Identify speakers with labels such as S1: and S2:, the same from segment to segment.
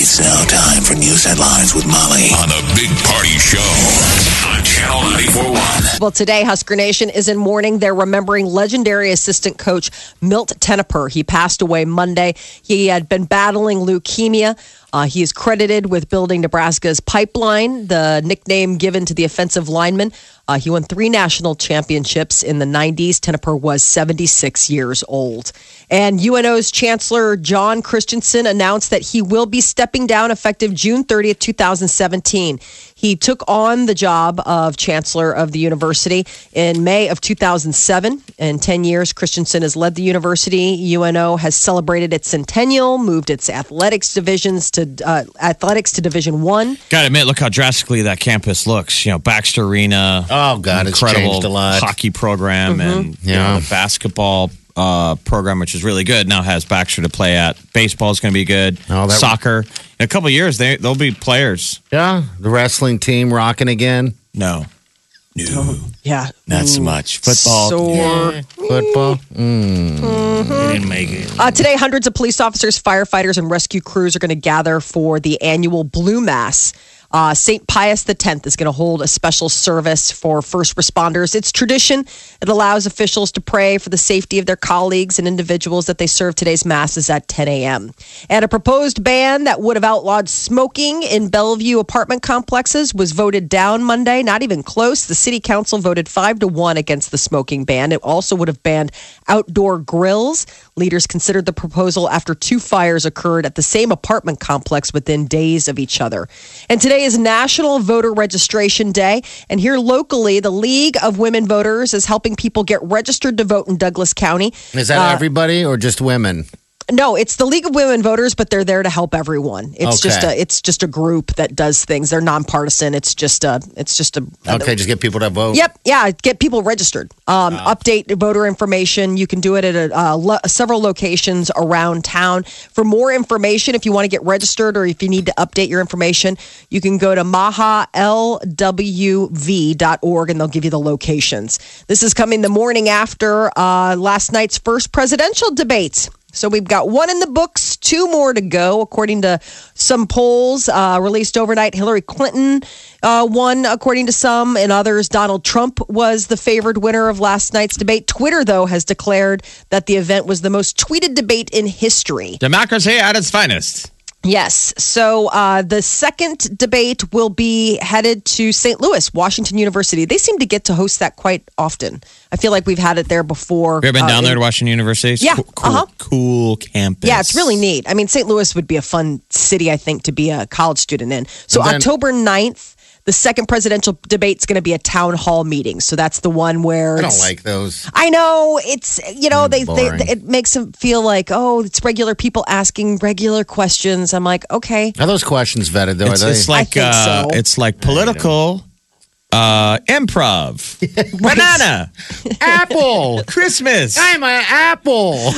S1: It's now time for news headlines with Molly on the Big Party Show on Channel 941.
S2: Well, today, Husker Nation is in mourning. They're remembering legendary assistant coach Milt Teneper. He passed away Monday. He had been battling leukemia. Uh, he is credited with building Nebraska's pipeline, the nickname given to the offensive lineman. Uh, he won three national championships in the 90s. Teneper was 76 years old. And UNO's Chancellor John Christensen announced that he will be stepping down effective June 30th, 2017. He took on the job of Chancellor of the University in May of 2007. In 10 years, Christensen has led the university. UNO has celebrated its centennial, moved its athletics divisions to uh, athletics to Division One.
S3: Gotta admit, look how drastically that campus looks. You know, Baxter Arena.
S4: Oh, God, it's
S3: incredible
S4: changed a lot.
S3: hockey program
S2: Mm-hmm.
S3: and you
S4: Yeah.
S3: know, the basketball uh, program, which is really good. Now has Baxter to play at. Baseball is going to be good.
S4: Oh, that-
S3: Soccer. In a couple of years, they they'll be players.
S4: Yeah, the wrestling team rocking again.
S3: No,
S2: Yeah,
S3: not
S5: Mm.
S3: so much. Football.
S2: sore.
S4: Football.
S3: didn't make it.
S2: Uh, today, hundreds of police officers, firefighters, and rescue crews are going to gather for the annual Blue Mass. Uh, St. Pius X is going to hold a special service for first responders. It's tradition. It allows officials to pray for the safety of their colleagues and individuals that they serve. Today's Mass is at 10 a.m. And a proposed ban that would have outlawed smoking in Bellevue apartment complexes was voted down Monday. Not even close. The city council voted 5 to 1 against the smoking ban. It also would have banned outdoor grills. Leaders considered the proposal after two fires occurred at the same apartment complex within days of each other. And today is National Voter Registration Day. And here locally, the League of Women Voters is helping people get registered to vote in Douglas County.
S4: Is
S2: Uh,
S4: that everybody or just women?
S2: No, it's the League of Women Voters, but they're there to help everyone. It's
S4: Okay.
S2: just a it's just a group that does things. They're nonpartisan. It's just a it's just a
S4: Okay, just get people to vote.
S2: Yep. Yeah. Get people registered. Um, Update voter information. You can do it at a, uh, lo- several locations around town. For more information, if you want to get registered or if you need to update your information, you can go to mahalwv.org and they'll give you the locations. This is coming the morning after uh, last night's first presidential debate. So we've got one in the books, two more to go, according to some polls uh, released overnight. Hillary Clinton uh, won, according to some, and others. Donald Trump was the favored winner of last night's debate. Twitter, though, has declared that the event was the most tweeted debate in history.
S3: Democracy at its finest.
S2: Yes. So uh, the second debate will be headed to St. Louis, Washington University. They seem to get to host that quite often. I feel like we've had it there before.
S3: Have you ever been
S2: uh,
S3: down there
S2: in-
S3: to Washington University? It's
S2: Yeah,
S3: Cool, cool,
S2: uh-huh.
S3: cool campus.
S2: Yeah, it's really neat. I mean, St. Louis would be a fun city, I think, to be a college student in. So
S4: And then-
S2: October 9th, the second presidential debate's going to be a town hall meeting. So that's the one where
S4: I don't
S2: it's-
S4: like those.
S2: I know it's you know they, they
S4: boring.
S2: it makes them feel like oh it's regular people asking regular questions. I'm like okay
S4: Are those questions vetted though?
S3: It's,
S4: Are they?
S3: it's like
S2: I think
S3: uh,
S2: so.
S3: it's like political uh, improv, banana,
S4: apple.
S3: Christmas.
S4: I'm an apple.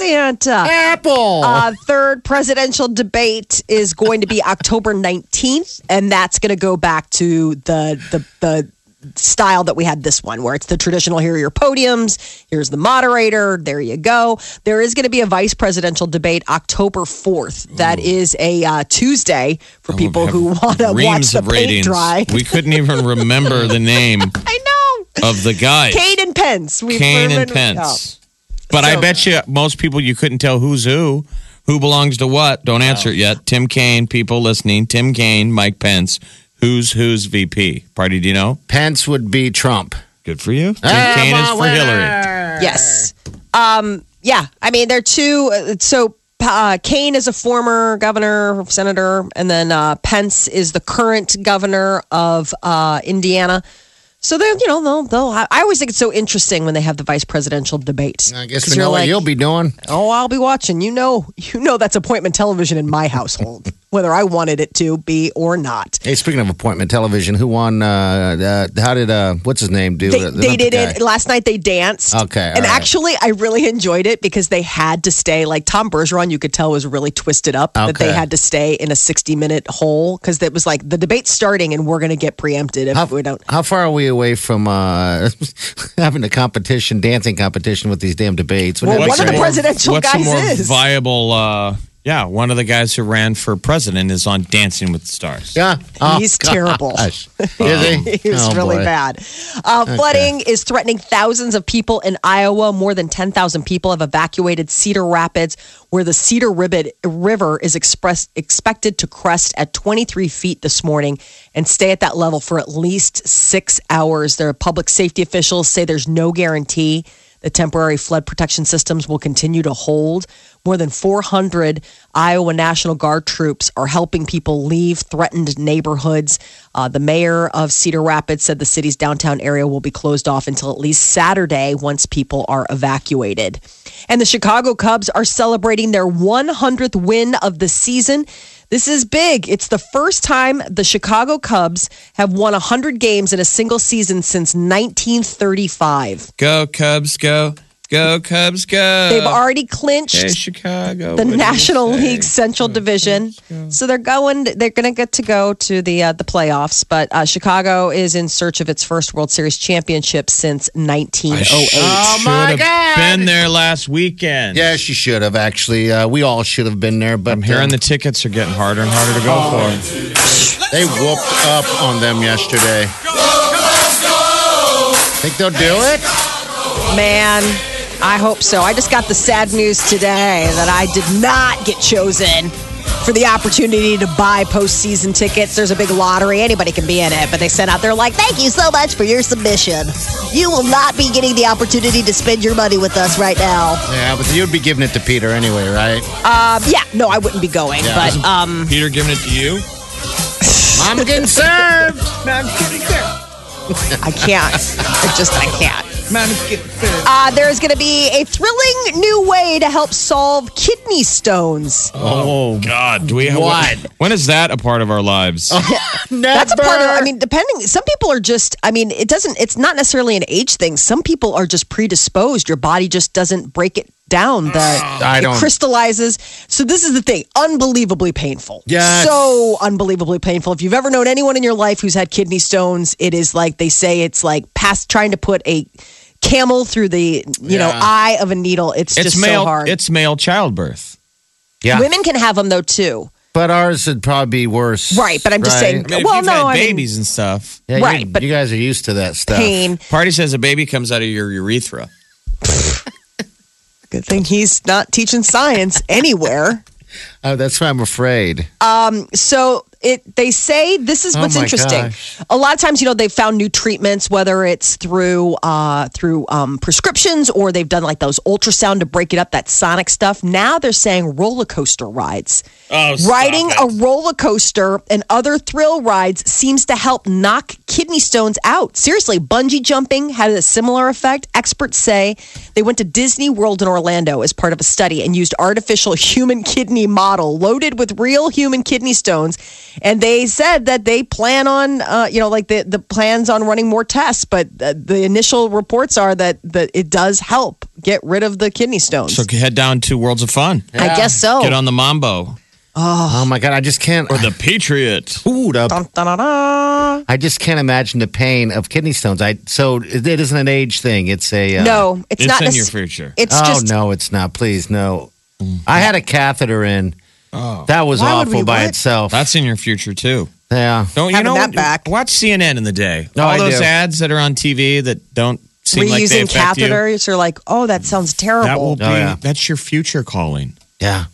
S2: Santa.
S4: Apple.
S2: Uh,
S3: Oh.
S2: third presidential debate is going to be October 19th, and that's going to go back to the the the style that we had this one where it's the traditional here are your podiums here's the moderator there you go there is going to be a vice presidential debate october 4th That is a uh, tuesday for people who want to watch
S3: Oh, Reams
S2: the
S3: of
S2: paint
S3: ratings.
S2: dry
S3: We couldn't even remember the name
S2: i know
S3: of the guy.
S2: Cade and Pence. We've
S3: Kane and
S2: learned-
S3: Pence. But I
S2: So-
S3: bet you most people you couldn't tell who's who, who belongs to what. Don't answer it yet. Tim Kaine, people listening. Tim Kaine, Mike Pence. Who's who's VP? Party, do you know?
S4: Pence would be Trump.
S3: Good for you. Tim
S2: Ah,
S4: I'm
S3: Kaine is
S4: a
S3: for
S4: winner.
S3: Hillary.
S2: Oh, Yes. Um, yeah. I mean, they're two. uh, So uh, Kane is a former governor, senator, and then uh, Pence is the current governor of uh, Indiana. So they're, you know, they'll, they'll. I I always think it's so interesting when they have the vice presidential debate.
S4: I guess
S2: 'Cause
S4: we
S2: you're
S4: know what
S2: like,
S4: you'll be doing.
S2: Oh, I'll be watching. You know, you know that's appointment television in my household. whether I wanted it to be or not.
S4: Hey, speaking of appointment television, who won? Uh, uh, how did uh, what's his name do?
S2: They,
S4: The- the
S2: they did
S4: Muppet
S2: it
S4: guy.
S2: last night. They danced.
S4: Okay, all
S2: and
S4: right.
S2: actually, I really enjoyed it because they had to stay. Like Tom Bergeron, you could tell was really twisted up that they
S4: Okay.
S2: had to stay in a sixty-minute hole because it was like the debate's starting and we're going to get preempted if
S4: How,
S2: we don't.
S4: how far are we away from uh, having a competition, dancing competition with these damn debates? Wouldn't
S2: Well, one
S4: that be
S2: of the
S4: great?
S3: more-
S2: presidential
S3: what's a
S2: guys
S3: more
S2: is.
S3: viable? Uh, yeah, one of the guys who ran for president is on Dancing with the Stars.
S4: yeah, oh,
S2: He's terrible.
S4: gosh. Is he?
S2: He was
S4: Oh,
S2: really
S4: boy.
S2: bad. Uh, Flooding is threatening thousands of people in Iowa. More than 10,000 people have evacuated Cedar Rapids, where the Cedar Ribbit River is express, expected to crest at 23 feet this morning and stay at that level for at least six hours. Their public safety officials say there's no guarantee the temporary flood protection systems will continue to hold. More than 400 Iowa National Guard troops are helping people leave threatened neighborhoods. Uh, the mayor of Cedar Rapids said the city's downtown area will be closed off until at least Saturday once people are evacuated. And the Chicago Cubs are celebrating their 100th win of the season. This is big. It's the first time the Chicago Cubs have won 100 games in a single season since 1935.
S3: Go Cubs, go, go Cubs, go.
S2: They've already clinched
S3: Hey, Uh, Chicago.
S2: the
S3: what do you
S2: National
S3: say?
S2: League Central Division. So they're going. They're going to get to go to the uh, the playoffs. But uh, Chicago is in search of its first World Series championship since 1908.
S3: Should have Been there last weekend.
S4: Yeah, she should have actually. Uh, we all should have been there, but
S3: I'm hearing
S4: uh,
S3: the tickets are getting harder and harder to go for.
S4: they whooped up on them yesterday. Think they'll do it?
S2: Man, I hope so. I just got the sad news today that I did not get chosen. For the opportunity to buy postseason tickets, there's a big lottery. Anybody can be in it, but they sent out. They're like, "Thank you so much for your submission. You will not be getting the opportunity to spend your money with us right now."
S4: Yeah, but you'd be giving it to Peter anyway, right?
S2: Um, yeah, no, I wouldn't be going, but um,
S3: Peter giving it to you.
S4: I'm getting served.
S2: I can't. I just I can't. Uh, there's going to be a thrilling new way to help solve kidney stones.
S3: Oh God, Oh, do we have
S4: What?
S3: When is that a part of our lives?
S4: Never.
S2: That's a part of. I mean, depending. Some people are just. I mean, it doesn't. It's not necessarily an age thing. Some people are just predisposed. Your body just doesn't break it down. The
S4: Mm. I
S2: it
S4: don't-
S2: crystallizes. So this is the thing. Unbelievably painful.
S4: Yes.
S2: So unbelievably painful. If you've ever known anyone in your life who's had kidney stones, it is like they say it's like past trying to put a camel through the you know
S4: Yeah.
S2: eye of a needle. It's,
S3: it's
S2: just
S3: male.
S2: so hard.
S3: It's male childbirth.
S4: yeah,
S2: Women can have them though too.
S4: but ours would probably be worse.
S2: Right, but I'm just saying-
S3: I mean,
S2: Well,
S3: if you've
S2: no, I
S3: had
S2: mean-
S3: babies and stuff.
S4: Yeah, you-
S2: Right, but-
S4: you guys are used to that stuff.
S2: Pain.
S3: Party says a baby comes out of your urethra.
S2: Good thing he's not teaching science anywhere.
S4: Oh, that's why I'm afraid.
S2: so it they say this is
S4: Oh
S2: what's
S4: my
S2: interesting a lot of times you know they've found new treatments whether it's through uh through um prescriptions or they've done like those ultrasound to break it up that sonic stuff now they're saying roller coaster rides
S3: Oh,
S2: riding a roller coaster and other thrill rides seems to help knock kidney stones out seriously bungee jumping had a similar effect experts say they went to disney world in orlando as part of a study and used artificial human kidney model loaded with real human kidney stones and they said that they plan on uh, you know like the, the plans on running more tests but uh, the initial reports are that, that it does help get rid of the kidney stones
S3: So head down to Worlds of Fun.
S2: i guess so
S3: Get on the Mambo
S4: Oh my god, I just can't.
S3: or the Patriot.
S4: Ooh, the-
S2: Dun, dun, dun, dun.
S4: I just can't imagine the pain of kidney stones. I so it it isn't an age thing. It's a uh,
S2: No, it's,
S3: It's
S2: not.
S3: in
S2: necess-
S3: your future.
S2: It's
S4: oh
S2: just
S4: no, it's not. Please no. I had a catheter in. That was
S2: Why would
S4: awful
S2: we
S4: by
S2: what?
S4: itself.
S3: Oh. That's in your future too.
S4: yeah.
S3: Don't you
S2: Having
S3: know?
S2: that back.
S3: Watch CNN in the day.
S4: No,
S3: All
S4: I
S3: those
S4: do.
S3: ads that are on TV that don't seem like they
S2: reusing
S3: affect you.
S2: catheters. You're like, oh, that sounds terrible.
S3: That will be.
S4: Oh, yeah.
S3: That's your future calling.
S4: Yeah.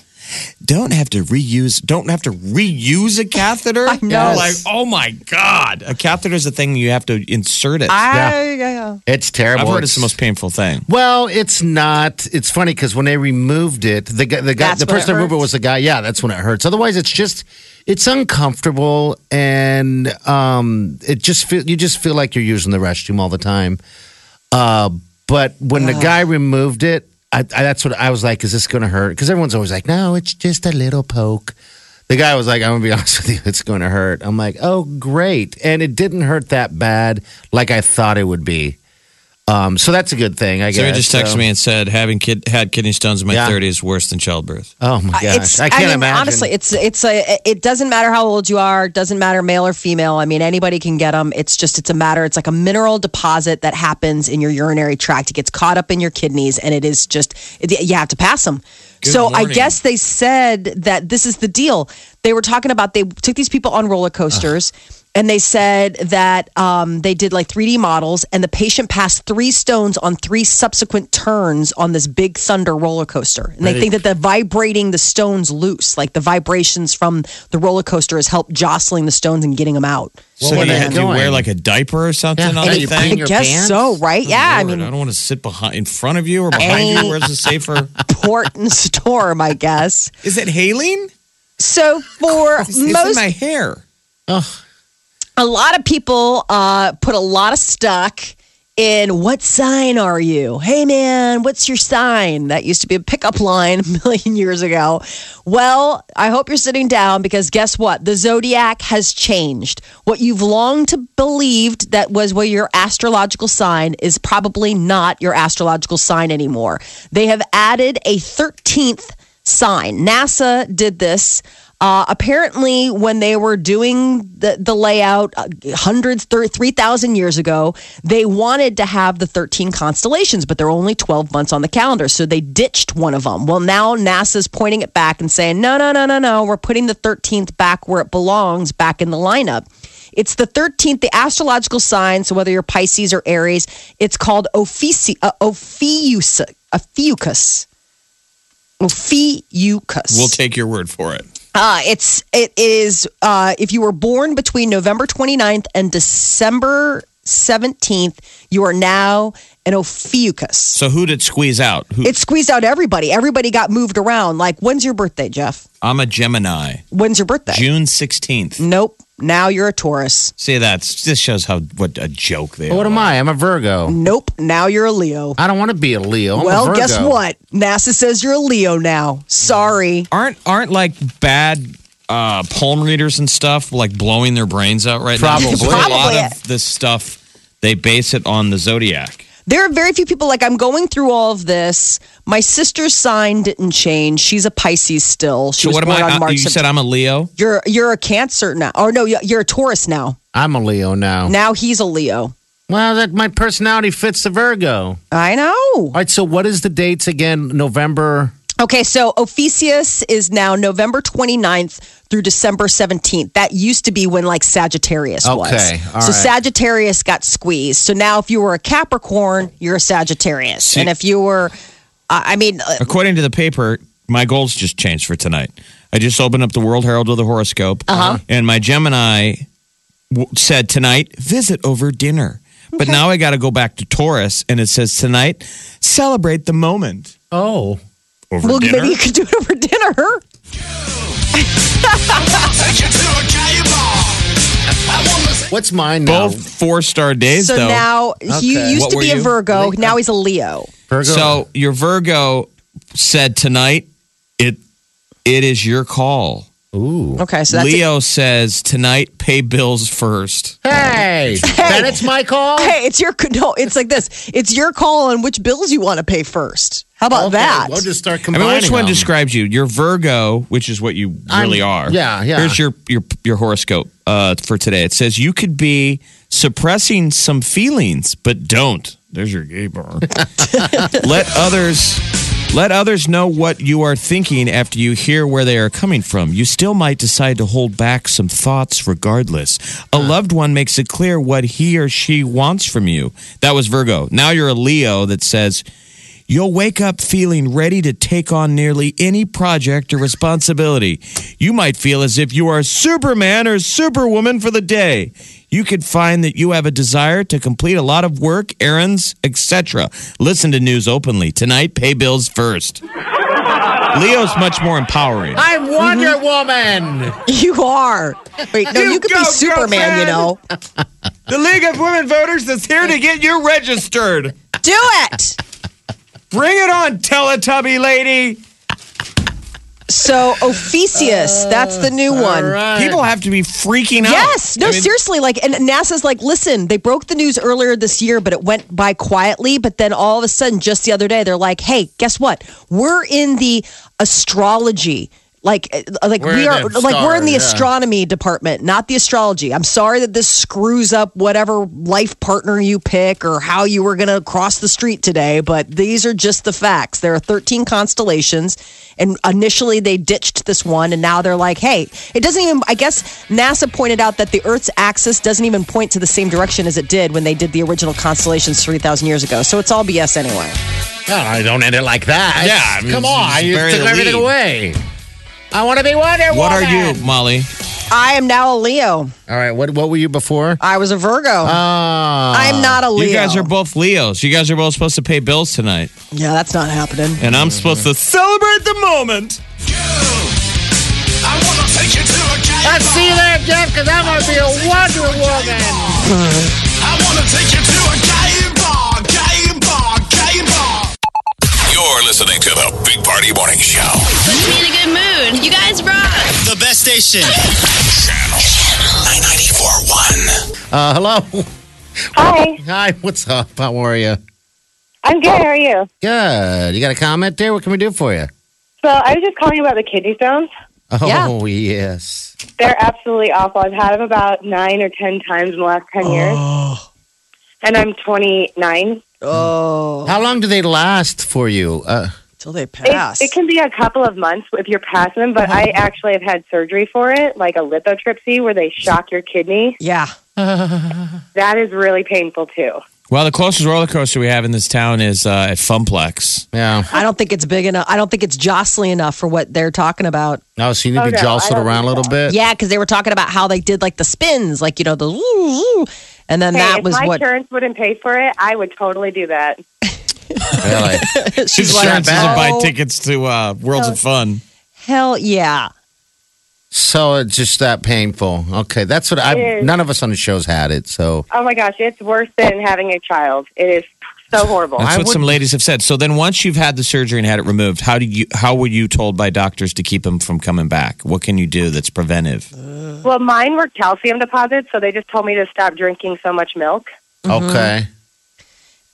S3: Don't have to reuse. Don't have to reuse a catheter. I
S2: know.
S3: Like, oh my god, a catheter is a thing you have to insert it.
S2: I, yeah.
S4: It's terrible.
S3: I've heard it's the most painful thing.
S4: Well, it's not. It's funny because when they removed it, the guy, the guy,
S2: That's
S4: the
S2: when it
S4: person that removed it
S2: hurts.
S4: was the guy. Yeah, that's when it hurts. Otherwise, it's just, it's uncomfortable, and um, it just feel you just feel like you're using the restroom all the time. Uh, but when the guy removed it, I, I, that's what I was like. Is this going to hurt? Because everyone's always like, no, it's just a little poke. The guy was like, I'm gonna be honest with you, it's gonna hurt. I'm like, oh great. And it didn't hurt that bad like I thought it would be. Um, so that's a good thing, I guess.
S3: Sarah just texted
S4: So-
S3: me and said, having kid, had kidney stones in my
S4: Yeah.
S3: 30s is worse than childbirth.
S4: Oh my gosh.
S2: Uh, It's,
S4: I can't
S2: mean,
S4: imagine.
S2: Honestly, it's it's a it doesn't matter how old you are, it doesn't matter male or female. I mean, anybody can get them. It's just it's a matter. It's like a mineral deposit that happens in your urinary tract. It gets caught up in your kidneys, and it is just it, you have to pass them. so I
S3: morning.
S2: guess they said that this is the deal. They were talking about they took these people on roller coasters. And they said that um, they did like 3D models, and the patient passed three stones on three subsequent turns on this big Thunder roller coaster. And they think that the vibrating the stones loose, like the vibrations from the roller coaster, has helped jostling the stones and getting them out.
S3: so
S4: were
S3: you
S4: they
S3: had to
S4: doing?
S3: wear like a diaper or something
S4: Yeah.
S3: on
S4: And
S3: that
S4: you
S3: thing?
S2: I
S4: In your
S2: guess
S4: pants?
S2: so, right? Yeah, I
S3: Oh, Lord,
S2: mean,
S3: I don't want to sit behind, in front of you or behind you. Where's the safer?
S2: port and storm, I guess.
S3: Is it hailing?
S2: So for
S3: It's in
S2: most
S3: my hair.
S2: a lot of people uh, put a lot of stock in what sign are you? Hey man, what's your sign? That used to be a pickup line a million years ago. Well, I hope you're sitting down because guess what? The zodiac has changed. What you've long to believed that was well, your astrological sign is probably not your astrological sign anymore. They have added a 13th sign. NASA did this. Uh, apparently, when they were doing the, the layout uh, hundreds, thir- 3,000 years ago, they wanted to have the 13 constellations, but they're only 12 months on the calendar. So they ditched one of them. Well, now NASA's pointing it back and saying, no, no, no, no, no. We're putting the 13th back where it belongs, back in the lineup. It's the 13th, the astrological sign. So whether you're Pisces or Aries, it's called Ophici- uh, Ophiuchus. Ophiuchus. Ophiuchus.
S3: We'll take your word for it.
S2: Uh, it's it is uh, if you were born between November 29th and December 17th, you are now an Ophiuchus.
S3: So who did squeeze out? Who,
S2: It squeezed out everybody. Everybody got moved around. Like, when's your birthday, Jeff?
S3: I'm a Gemini.
S2: When's your birthday?
S3: June 16th.
S2: Nope. Now you're a Taurus.
S3: See, that's this shows how what a joke they
S4: But what
S3: are.
S4: am I? I'm a Virgo.
S2: Nope. Now you're a Leo.
S4: I don't want to be a Leo. I'm a
S2: well,
S4: Virgo.
S2: guess what? NASA says you're a Leo now. Sorry.
S3: Aren't aren't like bad uh, palm readers and stuff like blowing their brains out right now?
S4: Probably.
S3: So a lot
S2: Probably.
S3: of this stuff they base it on the zodiac.
S2: There are very few people like I'm going through all of this. My sister's sign didn't change. She's a Pisces still. She
S3: So
S2: was
S3: what am
S2: born
S3: I?
S2: on
S3: I
S2: March
S3: you said I'm a Leo.
S2: You're you're a Cancer now. Or no, you're a Taurus now.
S4: I'm a Leo now.
S2: Now he's a Leo.
S4: Well, that my personality fits the Virgo.
S2: I know.
S4: All right, so what is the dates again? November.
S2: Okay, so Ophiuchus is now November 29th through December 17th. That used to be when like Sagittarius was.
S4: Okay, all
S2: so
S4: right.
S2: Sagittarius got squeezed. So now if you were a Capricorn, you're a Sagittarius. and if you were uh, I mean, uh,
S3: According to the paper, my goals just changed for tonight. I just opened up the World Herald with a horoscope, uh-huh. and my Gemini w- said tonight visit over dinner. But now I got to go back to Taurus, and it says tonight celebrate the moment.
S4: Oh.
S3: Over
S2: well,
S3: dinner.
S2: maybe you could do it over dinner.
S1: Take you to a giant ball. I wanna see-
S4: What's mine now?
S3: Both four star days
S2: So
S3: though.
S2: now he
S4: Okay.
S2: used
S3: What
S2: to
S3: were
S2: be a
S3: you? uh,
S2: Virgo. Now he's a Leo.
S4: Virgo.
S3: So your Virgo said tonight it it is your call.
S4: Ooh.
S2: Okay, so that's it.
S3: Leo says tonight pay bills first.
S4: Hey, then it's my call.
S2: hey, it's your no. It's like this. It's your call on which bills you want to pay first. How about
S4: Okay,
S2: that?
S4: We'll just start
S3: I
S4: combining.
S3: mean, which one
S4: them.
S3: describes you? Your Virgo, which is what you
S4: I'm-
S3: really are.
S4: yeah, yeah.
S3: Here's your your your horoscope uh, for today. It says you could be suppressing some feelings, but don't. There's your gay bar. let others let others know what you are thinking after you hear where they are coming from. You still might decide to hold back some thoughts regardless. A loved one makes it clear what he or she wants from you. That was Virgo. Now you're a Leo that says You'll wake up feeling ready to take on nearly any project or responsibility. You might feel as if you are Superman or Superwoman for the day. You could find that you have a desire to complete a lot of work, errands, etc. Listen to news openly. Tonight, pay bills first. Leo's much more empowering.
S4: I'm Wonder Woman.
S2: you are. Wait, no, you,
S3: You
S2: could
S3: go,
S2: be Superman. You
S3: girlfriend.
S2: know,
S3: The League of Women Voters is here to get you registered.
S2: do it.
S3: Bring it on, Teletubby lady.
S2: So Ophiuchus, that's the new one.
S3: People have to be freaking out.
S2: Uh, Yes. No,
S3: Uh, I mean,
S2: seriously. Like, and NASA's like, listen, they broke the news earlier this year, but it went by quietly. But then all of a sudden, just the other day, they're like, hey, guess what? We're in the astrology. Like, uh, like
S4: We're
S2: we
S4: in
S2: are,
S4: the
S2: like we're in the
S4: star, yeah.
S2: astronomy department, not the astrology. I'm sorry that this screws up whatever life partner you pick or how you were going to cross the street today, but these are just the facts. There are 13 constellations, and initially they ditched this one, and now they're like, hey, it doesn't even, I guess NASA pointed out that the Earth's axis doesn't even point to the same direction as it did when they did the original constellations 3,000 years ago. So it's all BS anyway.
S4: God, I don't end it like that.
S3: Yeah, I mean,
S4: come
S3: you
S4: on,
S3: just
S4: you
S3: bury
S4: took
S3: the
S4: everything
S3: lead.
S4: away. I want to be Wonder Woman.
S3: What are you, Molly?
S2: I am now a Leo.
S4: All right, what what were you before?
S2: I was a Virgo.
S4: Ah,
S2: I'm not a Leo.
S3: You guys are both Leos. You guys are both supposed to pay bills tonight,
S2: yeah, that's not happening.
S3: and I'm supposed to celebrate the moment.
S1: I wanna take you to a game.
S4: let's see you there, Jeff, because I'm gonna be a Wonder Woman.
S1: I wanna take you to a game bar, game bar, game bar. You're listening to the Big Party Morning Show.
S6: Puts me in a good mood. You guys rock.
S7: The best station.
S1: Channel 941.
S4: Uh, hello.
S8: Hi,
S4: Hi, what's up? How are you?
S8: I'm good. How are you?
S4: Good. You got a comment there? What can we do for you?
S8: So I was just calling about the kidney stones.
S4: Oh, yes.
S8: They're absolutely awful. I've had them about nine or ten times in the last ten years, and I'm 29.
S2: Oh,
S4: How long do they last for you? Uh,
S2: until they
S8: It,
S2: pass.
S8: it can be a couple of months if you're past them, but I actually have had surgery for it, like a lithotripsy, where they shock your kidney.
S2: yeah.
S8: That is really painful too.
S3: Well, the closest roller coaster we have in this town is uh, at Funplex.
S4: yeah.
S2: I don't think it's big enough. I don't think it's jostly enough for what they're talking about.
S4: Oh, so you need
S8: Oh,
S4: to
S8: no,
S4: jostle
S8: I don't
S4: around a
S8: think
S4: little bit?
S2: Yeah, because they were talking about how they did like the spins, like you know the, woo, woo. and then
S8: Hey,
S2: that
S8: if
S2: was
S8: my
S2: what
S8: insurance wouldn't pay for it, I would totally do that.
S4: Really?
S2: she's
S3: Insurance
S2: like.
S3: doesn't buy
S2: "Oh,
S3: tickets to uh, Worlds of Fun.
S2: Hell yeah!
S4: so it's just that painful. Okay, that's what I.
S8: It is.
S4: None of us on the show's had it, so
S8: Oh my gosh, it's worse than having a child. It is so horrible.
S3: That's
S4: I
S3: what some
S4: wouldn't-
S3: ladies have said. So then, once you've had the surgery and had it removed, how do you? How were you told by doctors to keep them from coming back? What can you do that's preventive?
S8: Well, mine were calcium deposits, so they just told me to stop drinking so much milk.
S2: Mm-hmm.
S4: okay.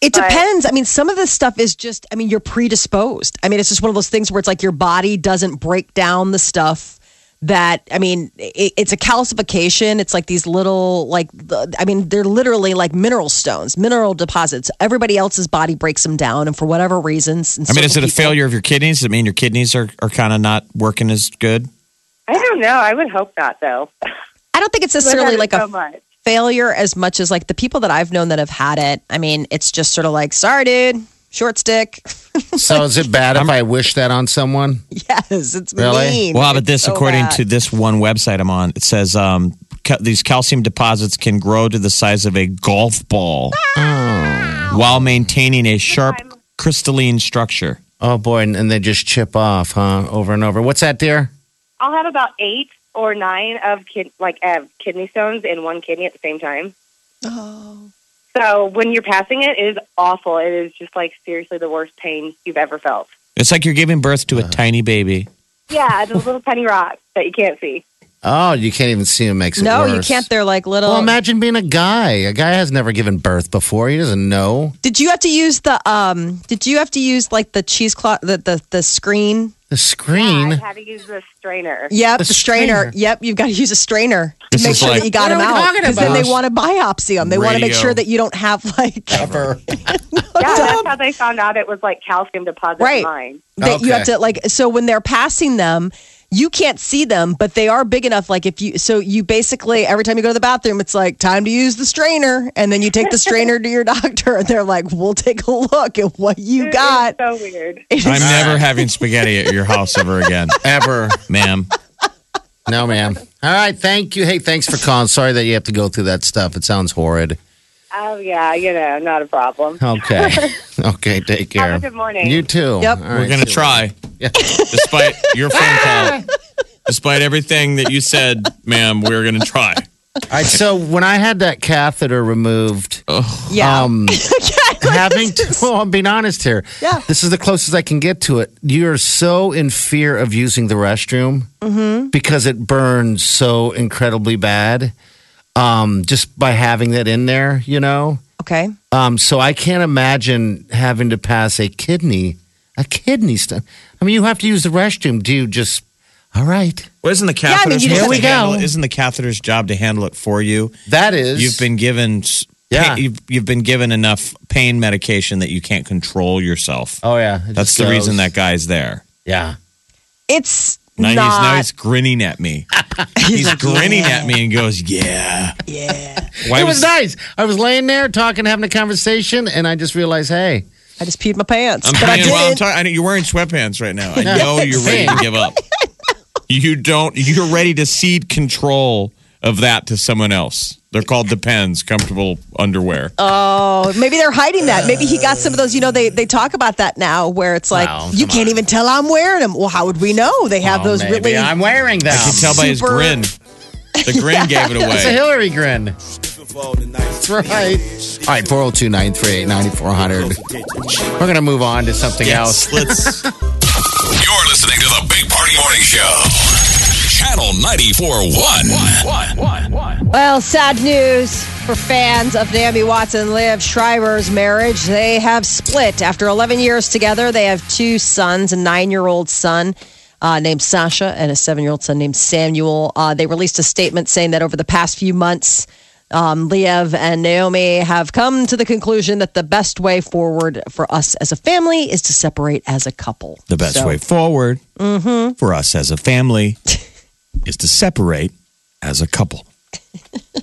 S2: It
S8: But-
S2: depends. I mean, some of this stuff is just. I mean, you're predisposed. I mean, it's just one of those things where it's like your body doesn't break down the stuff that. I mean, it, it's a calcification. It's like these little like. the- I mean, they're literally like mineral stones, mineral deposits. Everybody else's body breaks them down, and for whatever reasons. and
S3: I mean, is it
S2: certain
S3: a
S2: people-
S3: failure of your kidneys? Does it mean your kidneys are, are kind of not working as good?
S8: I don't know. I would hope not, though.
S2: I don't think it's
S8: I've
S2: necessarily
S8: had
S2: like
S8: it so
S2: a
S8: much.
S2: failure as much as like the people that I've known that have had it. I mean, it's just sort of like, sorry, dude, short stick.
S4: So is it bad if I wish that on someone?
S2: yes, it's
S4: Really?
S2: mean.
S3: Well, how about
S2: It's
S3: this?
S2: so
S3: according
S2: bad.
S3: to this one website I'm on, it says um, ca- these calcium deposits can grow to the size of a golf ball
S4: Oh.
S3: while maintaining a sharp crystalline structure.
S4: Oh boy, and, and they just chip off, huh? Over and over. What's that, dear?
S8: I'll have about eight or nine of kid, like uh, kidney stones in one kidney at the same time. Oh. So when you're passing it, it is awful. It is just like seriously the worst pain you've ever felt.
S3: It's like you're giving birth to a tiny baby.
S8: Yeah, the little tiny rock that you can't see.
S4: Oh, you can't even see him. Makes it
S2: no, you
S4: worse.
S2: can't. They're like little.
S4: Well, imagine being a guy. A guy has never given birth before. He doesn't know
S2: did you have to use the um? Did you have to use like the cheesecloth, the the, the screen?
S4: the
S8: I
S4: screen.
S8: had to use the strainer.
S2: Yep,
S4: The
S2: the, strainer.
S4: strainer.
S2: Yep, you've got to use a strainer to
S3: This
S2: make
S3: is
S2: sure
S3: like-
S2: that you got
S4: What
S2: them
S4: are we
S2: out.
S4: talking
S2: then they
S4: about?
S2: want to biopsy them. They want to make
S3: Radio.
S2: sure that you don't have like
S4: Ever.
S8: Yeah, that's how they found out it was like calcium deposits
S2: Right.
S8: in mine.
S2: that you have
S4: Okay.
S2: to like so when they're passing them you can't see them but they are big enough like if you so you basically every time you go to the bathroom it's like time to use the strainer and then you take the strainer to your doctor and they're like we'll take a look at what you
S8: It is
S2: got
S8: so weird.
S3: I'm never having spaghetti at your house ever again,
S4: Ever.
S3: ma'am.
S4: No, ma'am. All right. Thank you. Hey, thanks for calling. Sorry that you have to go through that stuff. It sounds horrid.
S8: Oh yeah, you know, not a problem.
S4: Okay. okay. Take care.
S8: Have a good morning.
S4: You too.
S2: Yep.
S4: All
S3: We're
S4: right,
S3: going to
S4: see you.
S3: try. Despite your phone
S2: Ah!
S3: call, despite everything that you said, ma'am, we're going to try. Oh.
S4: All right. So when I had that catheter removed,
S2: yeah
S4: um, having to, well, I'm being honest here.
S2: Yeah.
S4: This is the closest I can get to it. You're so in fear of using the restroom
S2: Mm-hmm.
S4: because it burns so incredibly bad um, just by having that in there, you know?
S2: Okay.
S4: Um, so I can't imagine having to pass a kidney, a kidney stone. I mean, you have to use the restroom. Do you just, all right.
S3: Well, isn't the
S2: Yeah, I mean,
S3: catheter's
S2: you just have
S3: supposed to
S2: to-
S3: handle it? Isn't the catheter's job to handle it for you?
S4: That is.
S3: You've been given s-
S4: Yeah.
S3: pa- you've, you've been given enough pain medication that you can't control yourself.
S4: Oh, yeah. It
S3: That's
S4: just
S3: the
S4: goes.
S3: reason that guy's there.
S4: Yeah.
S2: It's
S3: Now, he's,
S2: not.
S3: now he's grinning at me. he's grinning at me and goes, "Yeah,
S2: Yeah.
S3: why
S4: it was, nice. I was laying there talking, having a conversation, and I just realized, hey,
S2: I just peed my pants.
S3: I'm
S2: but I
S3: paying- well, I'm
S2: didn't.
S3: talking- I know you're wearing sweatpants right now. I know you're ready to give up. You don't. You're ready to cede control of that to someone else. They're called depends, comfortable underwear.
S2: Oh, maybe they're hiding that. Maybe he got some of those. You know, they, they talk about that now where it's like,
S4: Wow,
S2: you
S4: come
S2: can't even tell I'm wearing them. Well, how would we know? They have
S4: oh,
S2: those
S4: maybe
S2: really.
S4: I'm wearing them.
S3: you can tell by his
S2: super-
S3: grin. The grin gave it
S4: It's a
S3: away.
S4: Hillary grin. That's right. All right, 402 938 9400. We're going to move on to something else.
S3: Let's.
S1: You're listening to the Big Party Morning Show. Channel 94.1.
S2: Well, sad news for fans of Naomi Watts and Liv Schreiber's marriage. They have split after 11 years together. They have two sons, a nine year old son. Uh, named Sasha and a seven year old son named Samuel. Uh, they released a statement saying that over the past few months, um, Liev and Naomi have come to the conclusion that the best way forward for us as a family is to separate as a couple.
S3: The best
S2: So- Mm-hmm.
S3: way forward for us as a family is to separate as a couple.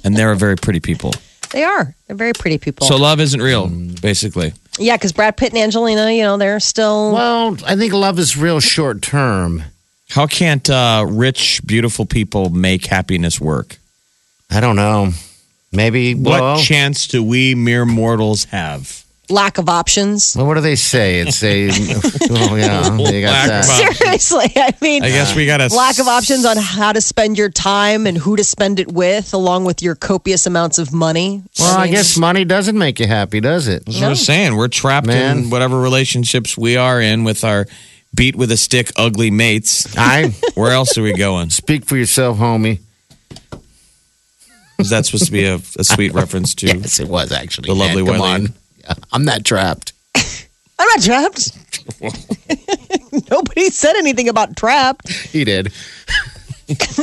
S3: And they're a very pretty people.
S2: They are. They're very pretty people.
S3: So
S2: So,
S3: love isn't real, basically.
S2: yeah, because Brad Pitt and Angelina, you know, they're still.
S4: Well, I think love is real short term.
S3: How can't uh, rich, beautiful people make happiness work?
S4: I don't know. Maybe.
S3: What
S4: well,
S3: chance do we mere mortals have?
S2: lack of options.
S4: well, what do they say? It's a. oh, yeah. You got
S3: Lack
S4: that.
S3: of options.
S2: Seriously, I mean,
S3: I guess we got a
S2: lack of options on how to spend your time and who to spend it with, along with your copious amounts of money.
S4: Well, I
S2: mean,
S4: guess money doesn't make you happy, does it?
S3: That's what I'm saying. We're trapped in
S4: Man.
S3: whatever relationships we are in with our beat with a stick, ugly mates.
S4: I
S3: Where else are we going?
S4: speak for yourself, homie.
S3: Is that supposed to be a, a sweet reference to?
S4: Yes, it was actually.
S3: The lovely
S4: man. Come
S3: Wileen.
S4: on. I'm not trapped.
S2: I'm not trapped. Nobody said anything about trapped.
S4: He did.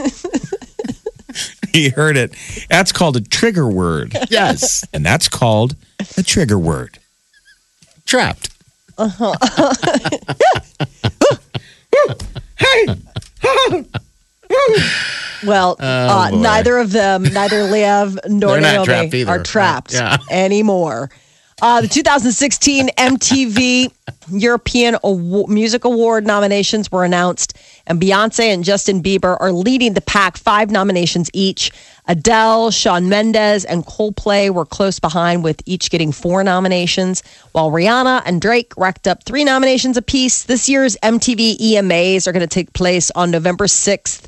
S3: He heard it. That's called a trigger word,
S4: Yes,
S3: and that's called a trigger word.
S4: trapped.
S2: Well, uh,
S4: Oh, boy.
S2: neither of them, neither Lev nor
S4: They're
S2: Naomi,
S4: not trapped either,
S2: are
S4: right?
S2: trapped
S4: Yeah.
S2: anymore. Uh, the 2016 MTV European Awa- Music Award nominations were announced, and Beyonce and Justin Bieber are leading the pack, five nominations each. Adele, Sean Mendez, and Coldplay were close behind, with each getting four nominations, while Rihanna and Drake racked up three nominations apiece. This year's MTV EMAs E are going to take place on November 6th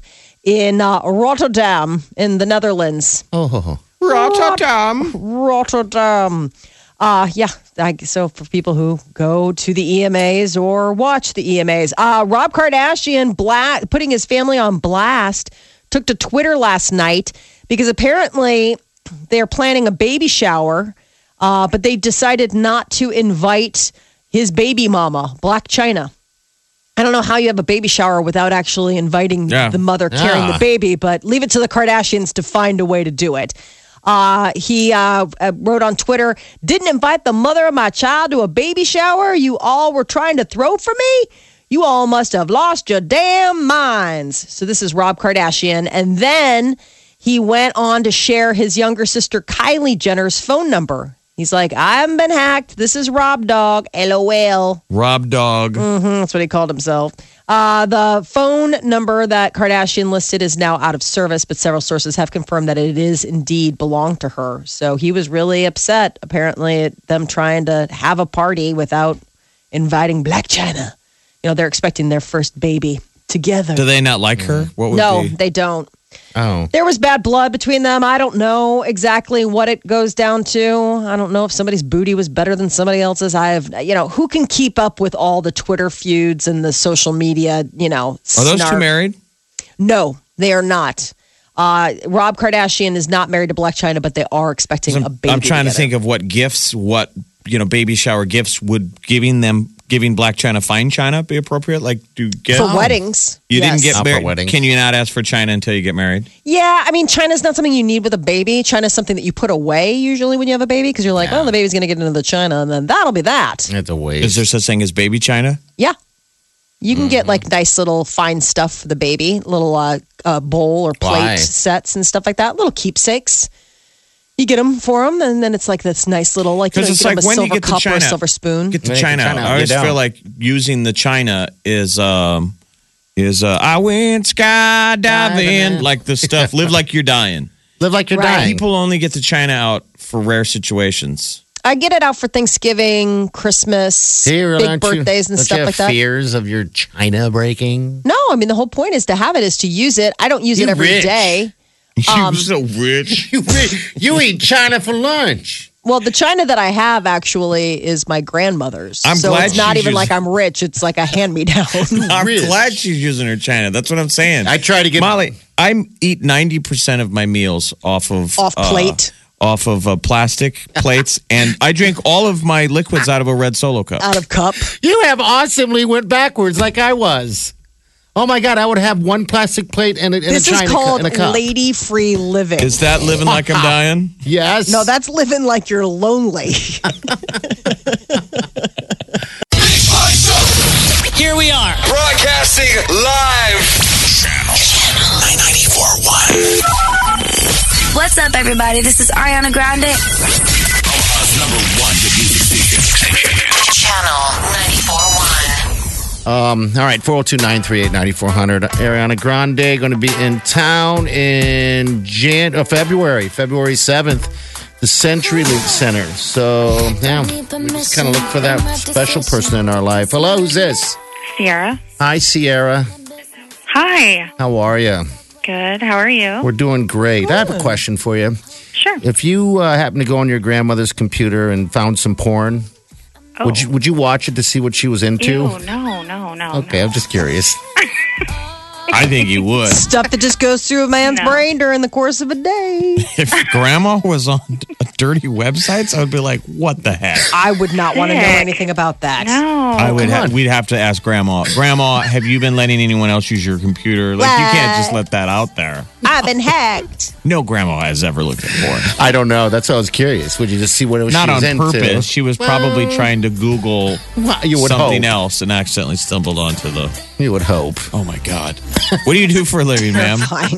S2: in uh, Rotterdam, in the Netherlands.
S4: Oh,
S2: Rotterdam. Uh, yeah. I, so for people who go to the EMAs or watch the EMAs, uh, Rob Kardashian bla- putting his family on blast took to Twitter last night because apparently they're planning a baby shower, uh, but they decided not to invite his baby mama, Black China. I don't know how you have a baby shower without actually inviting
S3: Yeah.
S2: the mother carrying the
S4: Yeah.
S2: baby, but leave it to the Kardashians to find a way to do it. Uh, he uh, uh, wrote on Twitter, didn't invite the mother of my child to a baby shower you all were trying to throw for me? You all must have lost your damn minds. So this is Rob Kardashian. And then he went on to share his younger sister Kylie Jenner's phone number. He's like, I haven't been hacked. This is Rob Dog. LOL.
S3: Rob Dog.
S2: That's what he called himself. Uh, the phone number that Kardashian listed is now out of service, but several sources have confirmed that it is indeed belonged to her. So he was really upset, apparently, at them trying to have a party without inviting Black China. You know, they're expecting their first baby together.
S3: Do they not like her? What would
S2: No,
S3: be?
S2: they don't.
S4: Oh.
S2: There was bad blood between them. I don't know exactly what it goes down to. I don't know if somebody's booty was better than somebody else's. I have, you know, who can keep up with all the Twitter feuds and the social media, you know?
S3: Are those two
S2: snark?
S3: married?
S2: No, they are not. Uh, Rob Kardashian is not married to Black China, but they are expecting a
S3: I'm,
S2: baby.
S3: I'm trying to
S2: together.
S3: think of what gifts, what you know, baby shower gifts would giving them giving Black China fine China be appropriate? Like, do you get
S2: for weddings.
S3: You
S2: yes.
S3: didn't get
S4: Not for
S3: married.
S4: weddings.
S3: Can you not ask for China until you get married?
S2: Yeah, I mean, China's not something you need with a baby. China's something that you put away usually when you have a baby because you're like, oh, the baby's going to get into the China, and then that'll be that.
S4: It's a
S3: Is
S4: waste.
S3: there such thing as baby China?
S2: Yeah. You can
S4: Mm-hmm.
S2: get like nice little fine stuff for the baby, little uh, uh, bowl or plate
S4: Why?
S2: sets and stuff like that, little keepsakes. You get them for them, and then it's like this nice little like you know,
S3: Because
S2: you
S3: it's
S2: get 'em
S3: like when
S2: a
S3: do
S2: silver
S3: you get to
S2: cup or a
S3: China?
S2: silver spoon.
S3: Get the
S4: Make it
S3: China.
S4: China.
S3: I always
S4: You don't.
S3: feel like using the China is um is uh I went skydiving like the stuff. Live like you're dying.
S4: Live like you're
S2: Right.
S4: dying.
S3: People only get the China out for rare situations.
S2: I get it out for Thanksgiving, Christmas,
S4: Dear,
S2: big
S4: aren't you-
S2: birthdays and
S4: don't
S2: stuff
S4: you have
S2: like that.
S4: Fears of your China breaking.
S2: No, I mean the whole point is to have it is to use it. I don't use it
S4: You
S2: every day.
S4: rich.
S2: Um,
S3: You're so rich.
S4: You you eat China for lunch.
S2: Well, the china that I have actually is my grandmother's.
S3: I'm
S2: so
S3: glad
S2: it's not
S3: you
S2: even
S3: use-
S2: like I'm rich. It's like a hand me down.
S3: I'm
S4: Rich.
S3: glad she's using her china. That's what I'm saying.
S4: I try to get-
S3: Molly. I eat ninety percent of my meals off of uh,
S2: Off plate.
S3: off of uh, plastic plates, and I drink all of my liquids out of a red solo cup.
S2: out of cup.
S4: You have awesomely went backwards like I was. Oh my god, I would have one plastic plate and a, and a
S2: This is
S4: China cu-
S2: called
S4: and a cup.
S2: lady free living.
S3: Is that living like I'm dying?
S4: Yes.
S2: no, that's living like you're lonely.
S1: Big Party Show.
S7: Here we are.
S1: Broadcasting live. Channel 994.1.
S9: What's up, everybody? This is Ariana Grande.
S1: number one hit music station.
S9: Channel 94.1.
S4: Um, all right, 402 938 9400. Ariana Grande going to be in town in Jan- oh, February, February 7th, the Century Link Center. So, yeah, we just kind of look for that special person in our life. Hello, who's this?
S8: Sierra.
S4: Hi, Sierra.
S8: Hi.
S4: How are you?
S8: Good. How are you?
S4: We're doing great. I have a question for you.
S8: Oh. Sure.
S4: If you uh, happen to go on your grandmother's computer and found some porn, would you would you watch it to see what she was into?
S8: Oh. Ew, no, no, no.
S4: Okay, I'm just curious.
S3: I think you would.
S2: Stuff that just goes through a man's
S8: No.
S2: brain during the course of a day.
S3: If Grandma was on dirty websites, I would be like, "What the heck?"
S2: I would not want to know
S8: Sick.
S2: anything about that.
S8: No.
S3: I would.
S4: come
S3: Ha-
S4: on.
S3: we'd have to ask Grandma. Grandma, have you been letting anyone else use your computer? Like, you can't just let that out there.
S2: I've been hacked.
S3: No grandma has ever looked at porn.
S4: I don't know. That's why I was curious. Would you just see what it was
S3: Not
S4: she
S3: on
S4: was into?
S3: purpose. She was probably trying to Google
S4: Well, you would
S3: something
S4: hope.
S3: else and accidentally stumbled onto the.
S4: You would hope.
S3: Oh my God! What do you do for a living, ma'am?
S2: Fine.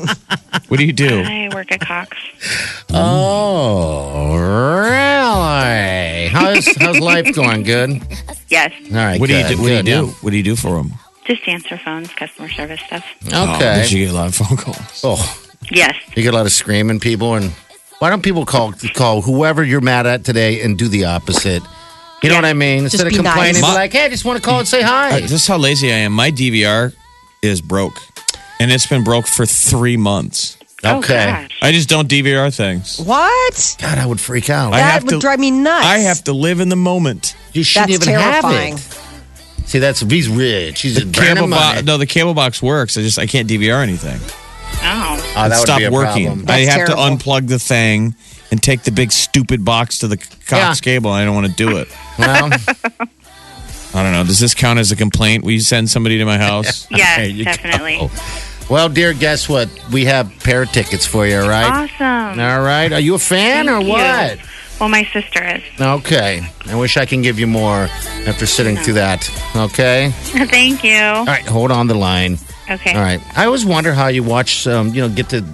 S3: What do you do?
S8: I work at Cox.
S4: Oh, really? How's how's life going? Good. All
S8: Yes.
S4: right.
S3: What do you
S4: good,
S3: do? What do you
S4: good,
S3: do? What do you do for them?
S8: Just answer phones, customer service stuff.
S4: yeah.
S3: Oh,
S4: Okay.
S3: did you get a lot of phone calls?
S4: oh,
S8: Yes.
S4: you get a lot of screaming people, and why don't people call call whoever you're mad at today and do the opposite? You know what I mean? Instead of
S2: be nice.
S4: complaining,
S3: My-
S4: be like, "Hey, I just want to call and say
S3: Uh,
S4: hi."
S3: this is how lazy I am. My DVR is broke, and it's been broke for three months.
S8: Oh,
S4: okay.
S8: gosh.
S3: I just don't DVR things.
S2: What?
S4: God, I would freak out.
S3: I
S2: that
S3: have
S2: would
S3: to-
S2: drive me nuts.
S3: I have to live in the moment.
S4: you
S2: That's
S4: shouldn't even
S2: terrifying.
S4: have it. See, that's he's rich. He's just burning
S3: Cable box.
S4: money.
S3: No, the cable box works. I just I can't DVR anything.
S8: Oh.
S4: Oh, that would
S3: stop
S4: be a
S3: working.
S4: problem.
S3: I
S2: That's
S3: have
S2: terrible.
S3: to unplug the thing and take the big stupid box to the Cox
S4: Yeah.
S3: cable. I don't want to do it.
S4: Well,
S3: I don't know. Does this count as a complaint? Will you send somebody to my house?
S4: There
S8: Yes,
S4: you
S8: definitely.
S4: go. Well, dear, guess what? We have pair of tickets for you, all right?
S8: Awesome.
S4: All right. Are you a fan
S8: Thank
S4: or
S8: you.
S4: what?
S8: Well, my sister is.
S4: Okay. I wish I can give you more after sitting through that. Okay.
S8: Thank you.
S4: All right. Hold on the line.
S8: Okay.
S4: All right. I always wonder how you watch, um, you know, get to,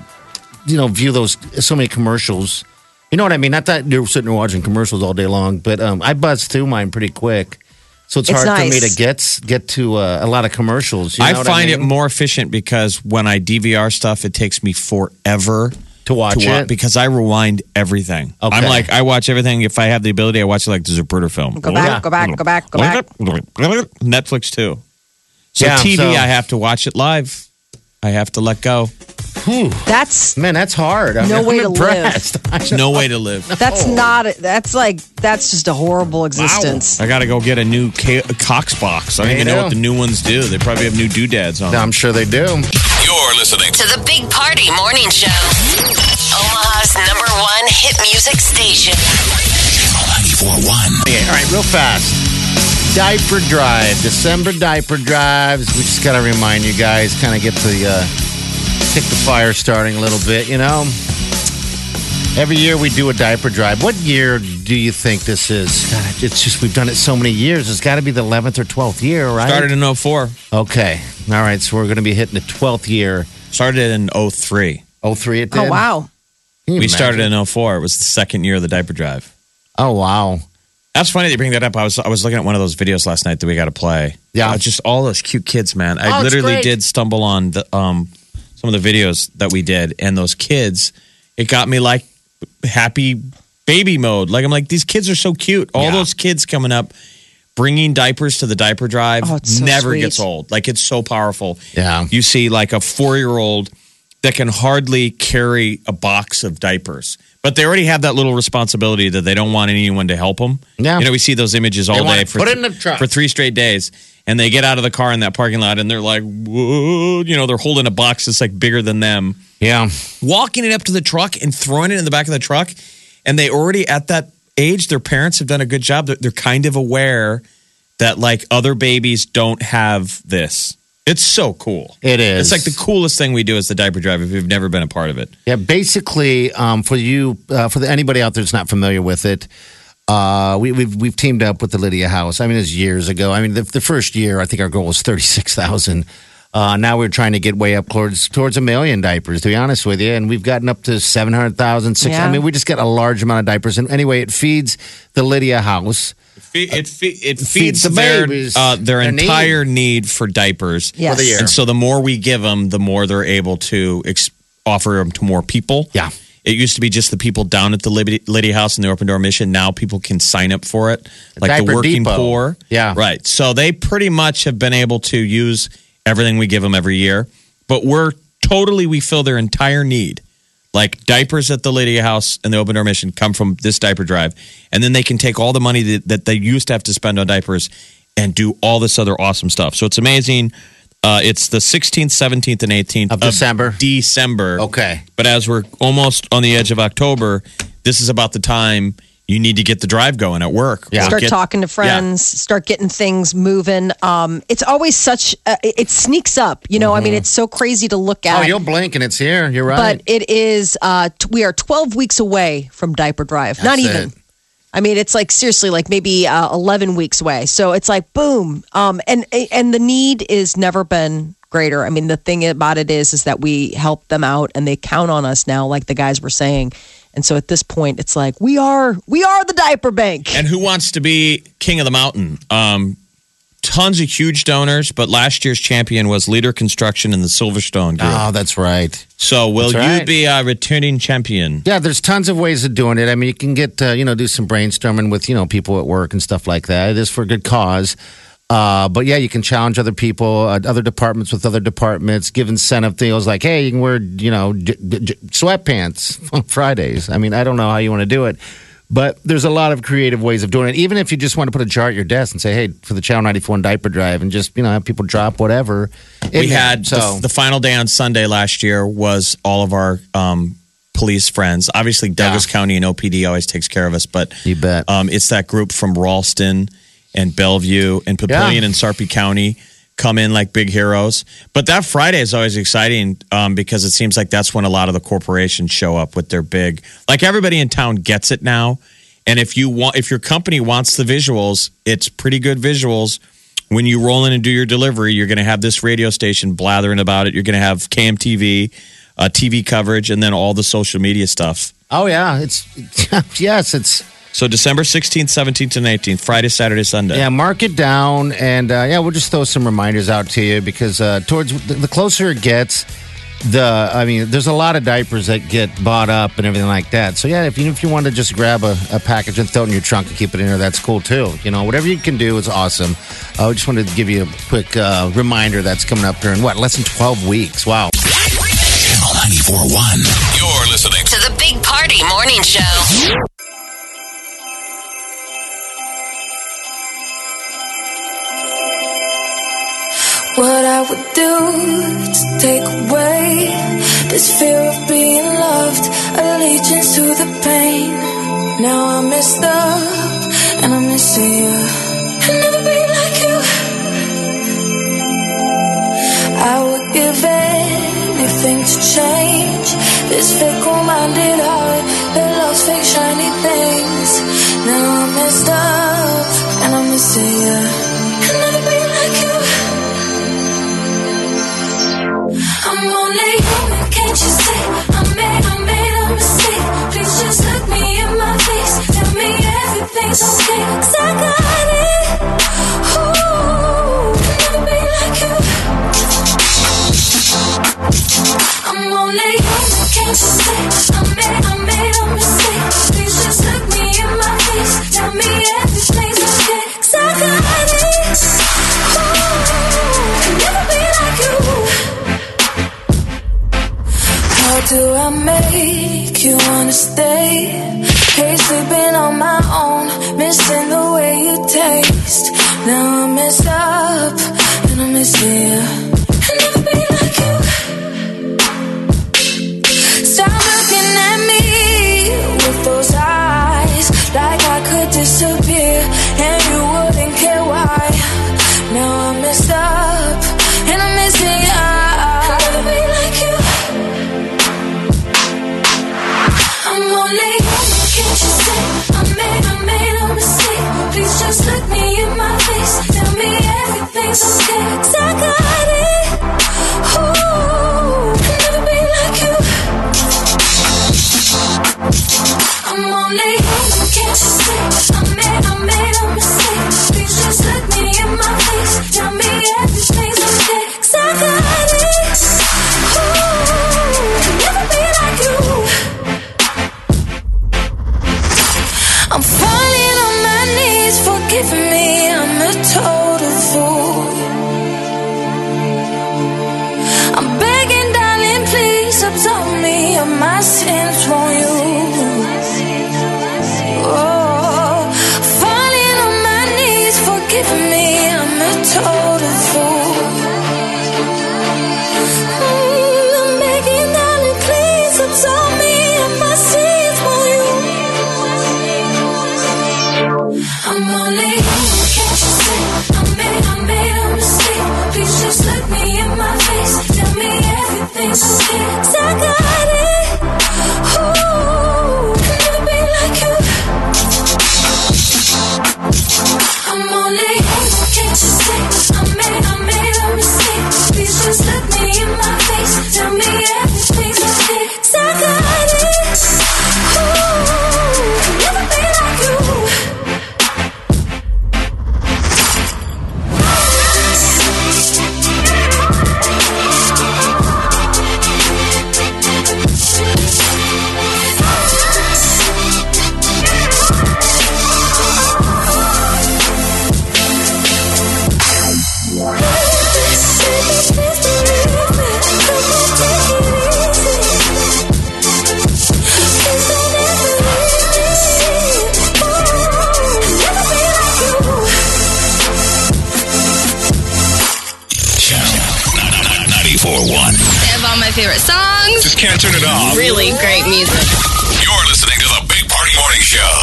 S4: you know, view those so many commercials. You know what I mean? Not that you're sitting there watching commercials all day long, but um, I buzz through mine pretty quick. So it's,
S2: It's
S4: hard for me
S2: nice.
S4: to get get to uh, a lot of commercials. You know
S3: I
S4: what
S3: find
S4: mean?
S3: it more efficient because when I DVR stuff, it takes me forever
S4: to watch
S3: to wa-
S4: it.
S3: because I rewind everything.
S4: Okay.
S3: I'm like I watch everything. If I have the ability, I watch it like the Zapruder film.
S2: Go back, go back, go back, go back.
S3: Netflix too. So
S4: Yeah,
S3: TV,
S4: so-
S3: I have to watch it live. I have to let go.
S2: That's
S4: Man, that's hard. I'm,
S2: No
S4: I'm
S2: way to
S4: impressed.
S3: There's no way to live.
S2: that's not that's like that's just a horrible existence.
S3: I gotta go get a new ca- Cox box. I don't
S4: There
S3: even
S4: you
S3: know
S4: go.
S3: what the new ones do. They probably have new doodads on. them.
S4: I'm sure they do.
S1: You're listening
S7: to the Big Party Morning Show. Omaha's number one hit music station.
S1: Channel 941.
S4: Okay, all right, real fast. Diaper drive, December diaper drives. We just gotta remind you guys, kind of get the uh, kick the fire starting a little bit. You know, every year we do a diaper drive. What year do you think this is? God, it's just we've done it so many years. It's got to be the eleventh or twelfth year, right?
S3: Started in 04.
S4: Okay, all right. So we're gonna be hitting the twelfth year.
S3: Started in 03.
S4: Oh three, it did.
S2: Oh wow.
S4: Can you
S3: We
S4: imagine?
S3: started in 04. It was the second year of the diaper drive.
S4: Oh wow.
S3: That's funny that you bring that up. I was I was looking at one of those videos last night that we got to play.
S4: Yeah.
S3: Oh, just all those cute kids, man. I
S4: Oh, it's
S3: literally
S4: great.
S3: did stumble on the um some of the videos that we did, and those kids, it got me like happy baby mode. Like I'm like these kids are so cute. All those kids coming up, bringing diapers to the diaper drive
S2: Oh, it's so
S3: never
S2: sweet.
S3: gets old. Like it's so powerful.
S4: Yeah.
S3: you see like a four year old that can hardly carry a box of diapers. But they already have that little responsibility that they don't want anyone to help them.
S4: Yeah.
S3: You know, we see those images all
S4: They
S3: day
S4: wanna
S3: for,
S4: put it in the truck.
S3: for three straight days. And they get out of the car in that parking lot and they're like, whoa, you know, they're holding a box that's like bigger than them,
S4: Yeah.
S3: walking it up to the truck and throwing it in the back of the truck. And they already at that age, their parents have done a good job. They're, they're kind of aware that like other babies don't have this. It's so cool.
S4: It is.
S3: It's like the coolest thing we do is the diaper drive if you've never been a part of it.
S4: Yeah, basically, um, for you, uh, for the, anybody out there that's not familiar with it, uh, we, we've we've teamed up with the Lydia House. I mean, it's years ago. I mean, the, the first year, I think our goal was thirty six thousand. Uh, now we're trying to get way up towards towards a million diapers. To be honest with you, and we've gotten up to seven hundred thousand. Six. I
S2: Yeah.
S4: mean, we just got a large amount of diapers. And anyway, it feeds the Lydia House.
S3: It, it
S4: feeds
S3: feeds
S4: the
S3: their,
S4: babies
S3: uh, their,
S4: their
S3: entire need. for diapers.
S2: Yes.
S4: the year.
S3: And so the more we give them, the more they're able to ex- offer them to more people.
S4: Yeah.
S3: It used to be just the people down at the Liddy, Liddy House and the Open Door Mission. Now people can sign up for it, like the
S4: Diaper
S3: working
S4: Depot.
S3: poor.
S4: Yeah.
S3: Right. So they pretty much have been able to use everything we give them every year, but we're totally, we fill their entire need. Like diapers at the Lydia House and the Open Door Mission come from this diaper drive. And then they can take all the money that, that they used to have to spend on diapers and do all this other awesome stuff. So it's amazing. Uh, it's the 16th, 17th, and 18th
S4: Of December.
S3: December.
S4: Okay.
S3: But as we're almost on the edge of October, this is about the time you need to get the drive going at work.
S4: Yeah.
S3: Or
S2: Start
S3: get-
S2: talking to friends. Start getting things moving. Um, it's always such. Uh, it, it sneaks up. You know. I
S3: Mm-hmm.
S2: mean, it's so crazy to look
S4: Oh,
S2: at.
S4: you'll blink and it's here. You're right.
S2: but it is. Uh, t- we are twelve weeks away from diaper drive. Not
S4: That's
S2: even.
S4: it.
S2: I mean, it's like seriously, like maybe uh, eleven weeks away. So it's like boom, um, and and the need is never been greater. I mean, the thing about it is, is that we help them out, and they count on us now, like the guys were saying. And so at this point, it's like we are we are the diaper bank.
S3: And who wants to be king of the mountain? Um, tons of huge donors, but last year's champion was Leader Construction and the Silverstone Group.
S4: oh, that's right.
S3: so will
S4: that's
S3: you
S4: right.
S3: be a returning champion?
S4: Yeah, there's tons of ways of doing it. I mean, you can get uh, you know do some brainstorming with you know people at work and stuff like that. It is for a good cause. Uh, but yeah, you can challenge other people, uh, other departments with other departments, give incentive deals like, hey, you can wear, you know, j- j- j- sweatpants on Fridays. I mean, I don't know how you want to do it, but there's a lot of creative ways of doing it. Even if you just want to put a jar at your desk and say, hey, for the Channel 91 diaper drive and just, you know, have people drop whatever. in
S3: we
S4: there.
S3: had
S4: so,
S3: the, the final day on Sunday last year was all of our um, police friends. Obviously, Douglas
S4: Yeah.
S3: County and OPD always takes care of us, but
S4: You bet.
S3: um, it's that group from Ralston and Bellevue and Papillion
S4: Yeah.
S3: and Sarpy County come in like big heroes. But that Friday is always exciting um, because it seems like that's when a lot of the corporations show up with their big. Like everybody in town gets it now, and if you want, if your company wants the visuals, it's pretty good visuals. When you roll in and do your delivery, you're going to have this radio station blathering about it. You're going to have KMTV, uh, TV coverage, and then all the social media stuff.
S4: oh, yeah, it's, yes, it's.
S3: So December 16th, 17th, and 18th, Friday, Saturday, Sunday.
S4: Yeah, mark it down, and uh, yeah, we'll just throw some reminders out to you because uh, towards the the closer it gets, the I mean, there's a lot of diapers that get bought up and everything like that. So yeah, if you if you want to just grab a, a package and throw it in your trunk and keep it in there, that's cool too. You know, whatever you can do is awesome. I just wanted to give you a quick uh, reminder that's coming up here in what less than 12 weeks. Wow.
S1: Channel
S5: 941. You're listening
S2: To the Big Party Morning Show.
S1: What I would do to take away this fear of being loved, allegiance to the pain. Now I'm messed up and I'm missing you. I'll never be like you. I would give anything to change this fickle-minded heart that loves fake shiny things. Now I'm messed up and I'm missing you. I'll never be like you. I'm only human, can't you see? I made, I made a mistake. Please just look me in my face. Tell me everything's okay. 'Cause I got it. Ooh, I'll never be like you. I'm only human, can't you see? I made, I made a mistake. Please just look me in my face. Tell me everything's okay. 'Cause I got it. Ooh, I'll never be like you. How do I make you wanna stay? Hey, sleeping on my own, missing the way you taste. Now I'm messed up and I'm missing you. I'll never be like you. Stop looking at me with those eyes, like I could disappear and you wouldn't care why. Now I'm messed up and I'm missing you. I'll never be like you. I'm only human, can't you see? I made, I made a mistake. Please just look me in my face. Tell me everything's okay. 'Cause I got it. Ooh, I'll never be like you. I'm only human, can't you see? I made, I made a mistake. Please just look me in my face. Tell me everything's okay. 'Cause I got it. Ooh, I'll never be like you. I'm falling on my knees, forgive me, I'm a total fool. I'm begging, darling, please absolve me of my sins, won't you? Oh, falling on my knees, forgive me, I'm a total fool. Mm, I'm begging, darling, please absolve me of my sins, won't you? I'm only human, can't you see? I made, I made a mistake. Please just look me in my face. Tell me everything's okay. 'Cause I got it. Ooh, I'll never be like you. I'm only human, can't you see? I made, I made a mistake. Please just look me in my face. Tell me everything's okay. 'Cause I got it. Ooh, I'll never be like you.
S5: Channel 941.
S6: They have all my favorite songs.
S5: Just can't turn it off.
S6: Really great music.
S5: You're listening to the Big Party Morning Show.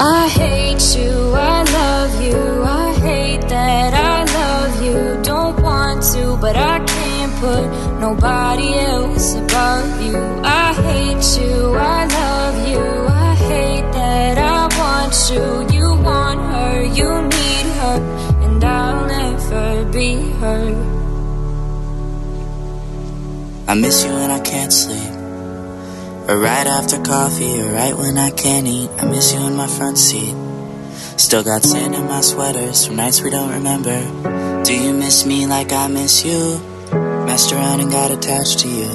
S1: I hate you, I love you, I hate that I love you. Don't want to, but I can't put nobody else above you. I hate you, I love you, I hate that I want you. You want her, you need her, and I'll never be her.
S10: I miss you when I can't sleep. Or right after coffee, or right when I can't eat. I miss you in my front seat. Still got sand in my sweaters from nights we don't remember. Do you miss me like I miss you? Messed around and got attached to you.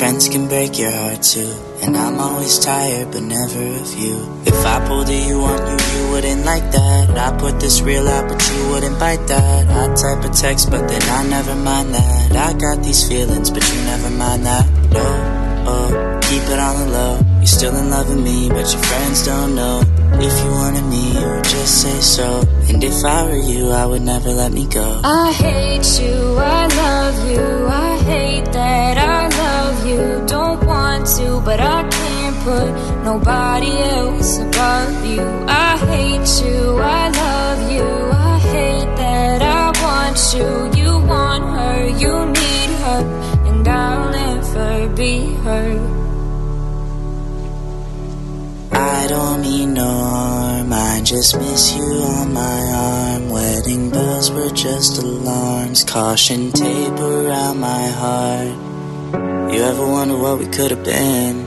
S10: Friends can break your heart too. And I'm always tired, but never of you. If I pulled a you on you, you wouldn't like that. I put this real out, but you wouldn't bite that. I type a text, but then I never mind that. I got these feelings, but you never mind that. Oh, oh, keep it on the low. You're still in love with me, but your friends don't know. If you wanted me, you would just say so. And if I were you, I would never let me go.
S11: I hate you, I love you, I hate that I love you. Don't want to, but I can't put nobody else above you. I hate you, I love you, I hate that I want you. You want her, you need her, and I'll never be her.
S10: I don't mean no harm, I just miss you on my arm. Wedding bells were just alarms, caution tape around my heart. You ever wonder what we could have been?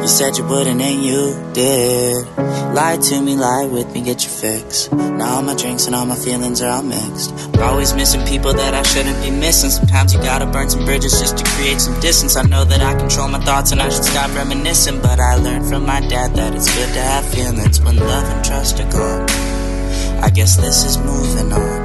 S10: You said you wouldn't, and you did. Lie to me, lie with me, get your fix. Now all my drinks and all my feelings are all mixed. Always missing people that I shouldn't be missing. Sometimes you gotta burn some bridges just to create some distance. I know that I control my thoughts and I should stop reminiscing. But I learned from my dad that it's good to have feelings when love and trust are gone. I guess this is moving on.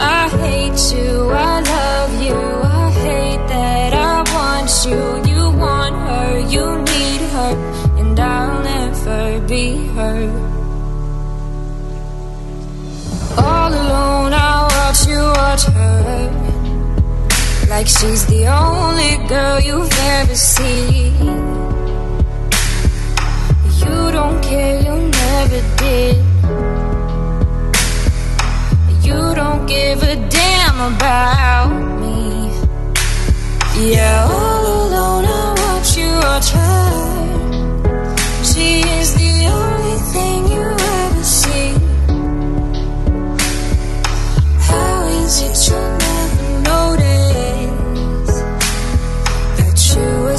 S11: I hate you, I love you, I hate that I want you. You want her, you need her, and I'll never be her. All alone, I watch you watch her. Like she's the only girl you've ever seen. You don't care, you never did. You don't give a damn about me. Yeah, all alone, I watch you watch her. She is the only thing you ever see. How is it you never noticed that you were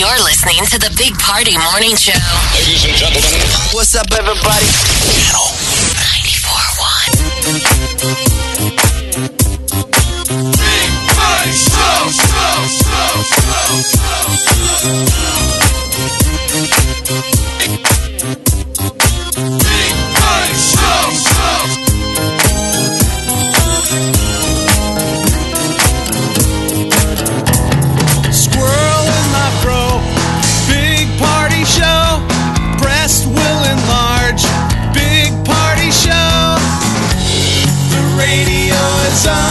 S7: You're listening to the Big Party Morning Show. Ladies and gentlemen,
S10: what's up, everybody?
S5: Squirrel in my fro. Big party show. Breast will enlarge. Big party show. The radio is on.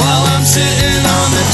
S5: While I'm sitting on the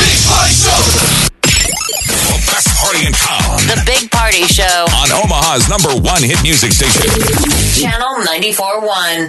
S5: Big party show.
S1: Best party in town
S7: The Big Party Show.
S1: on Omaha's number one hit music station.
S7: Channel 94.1.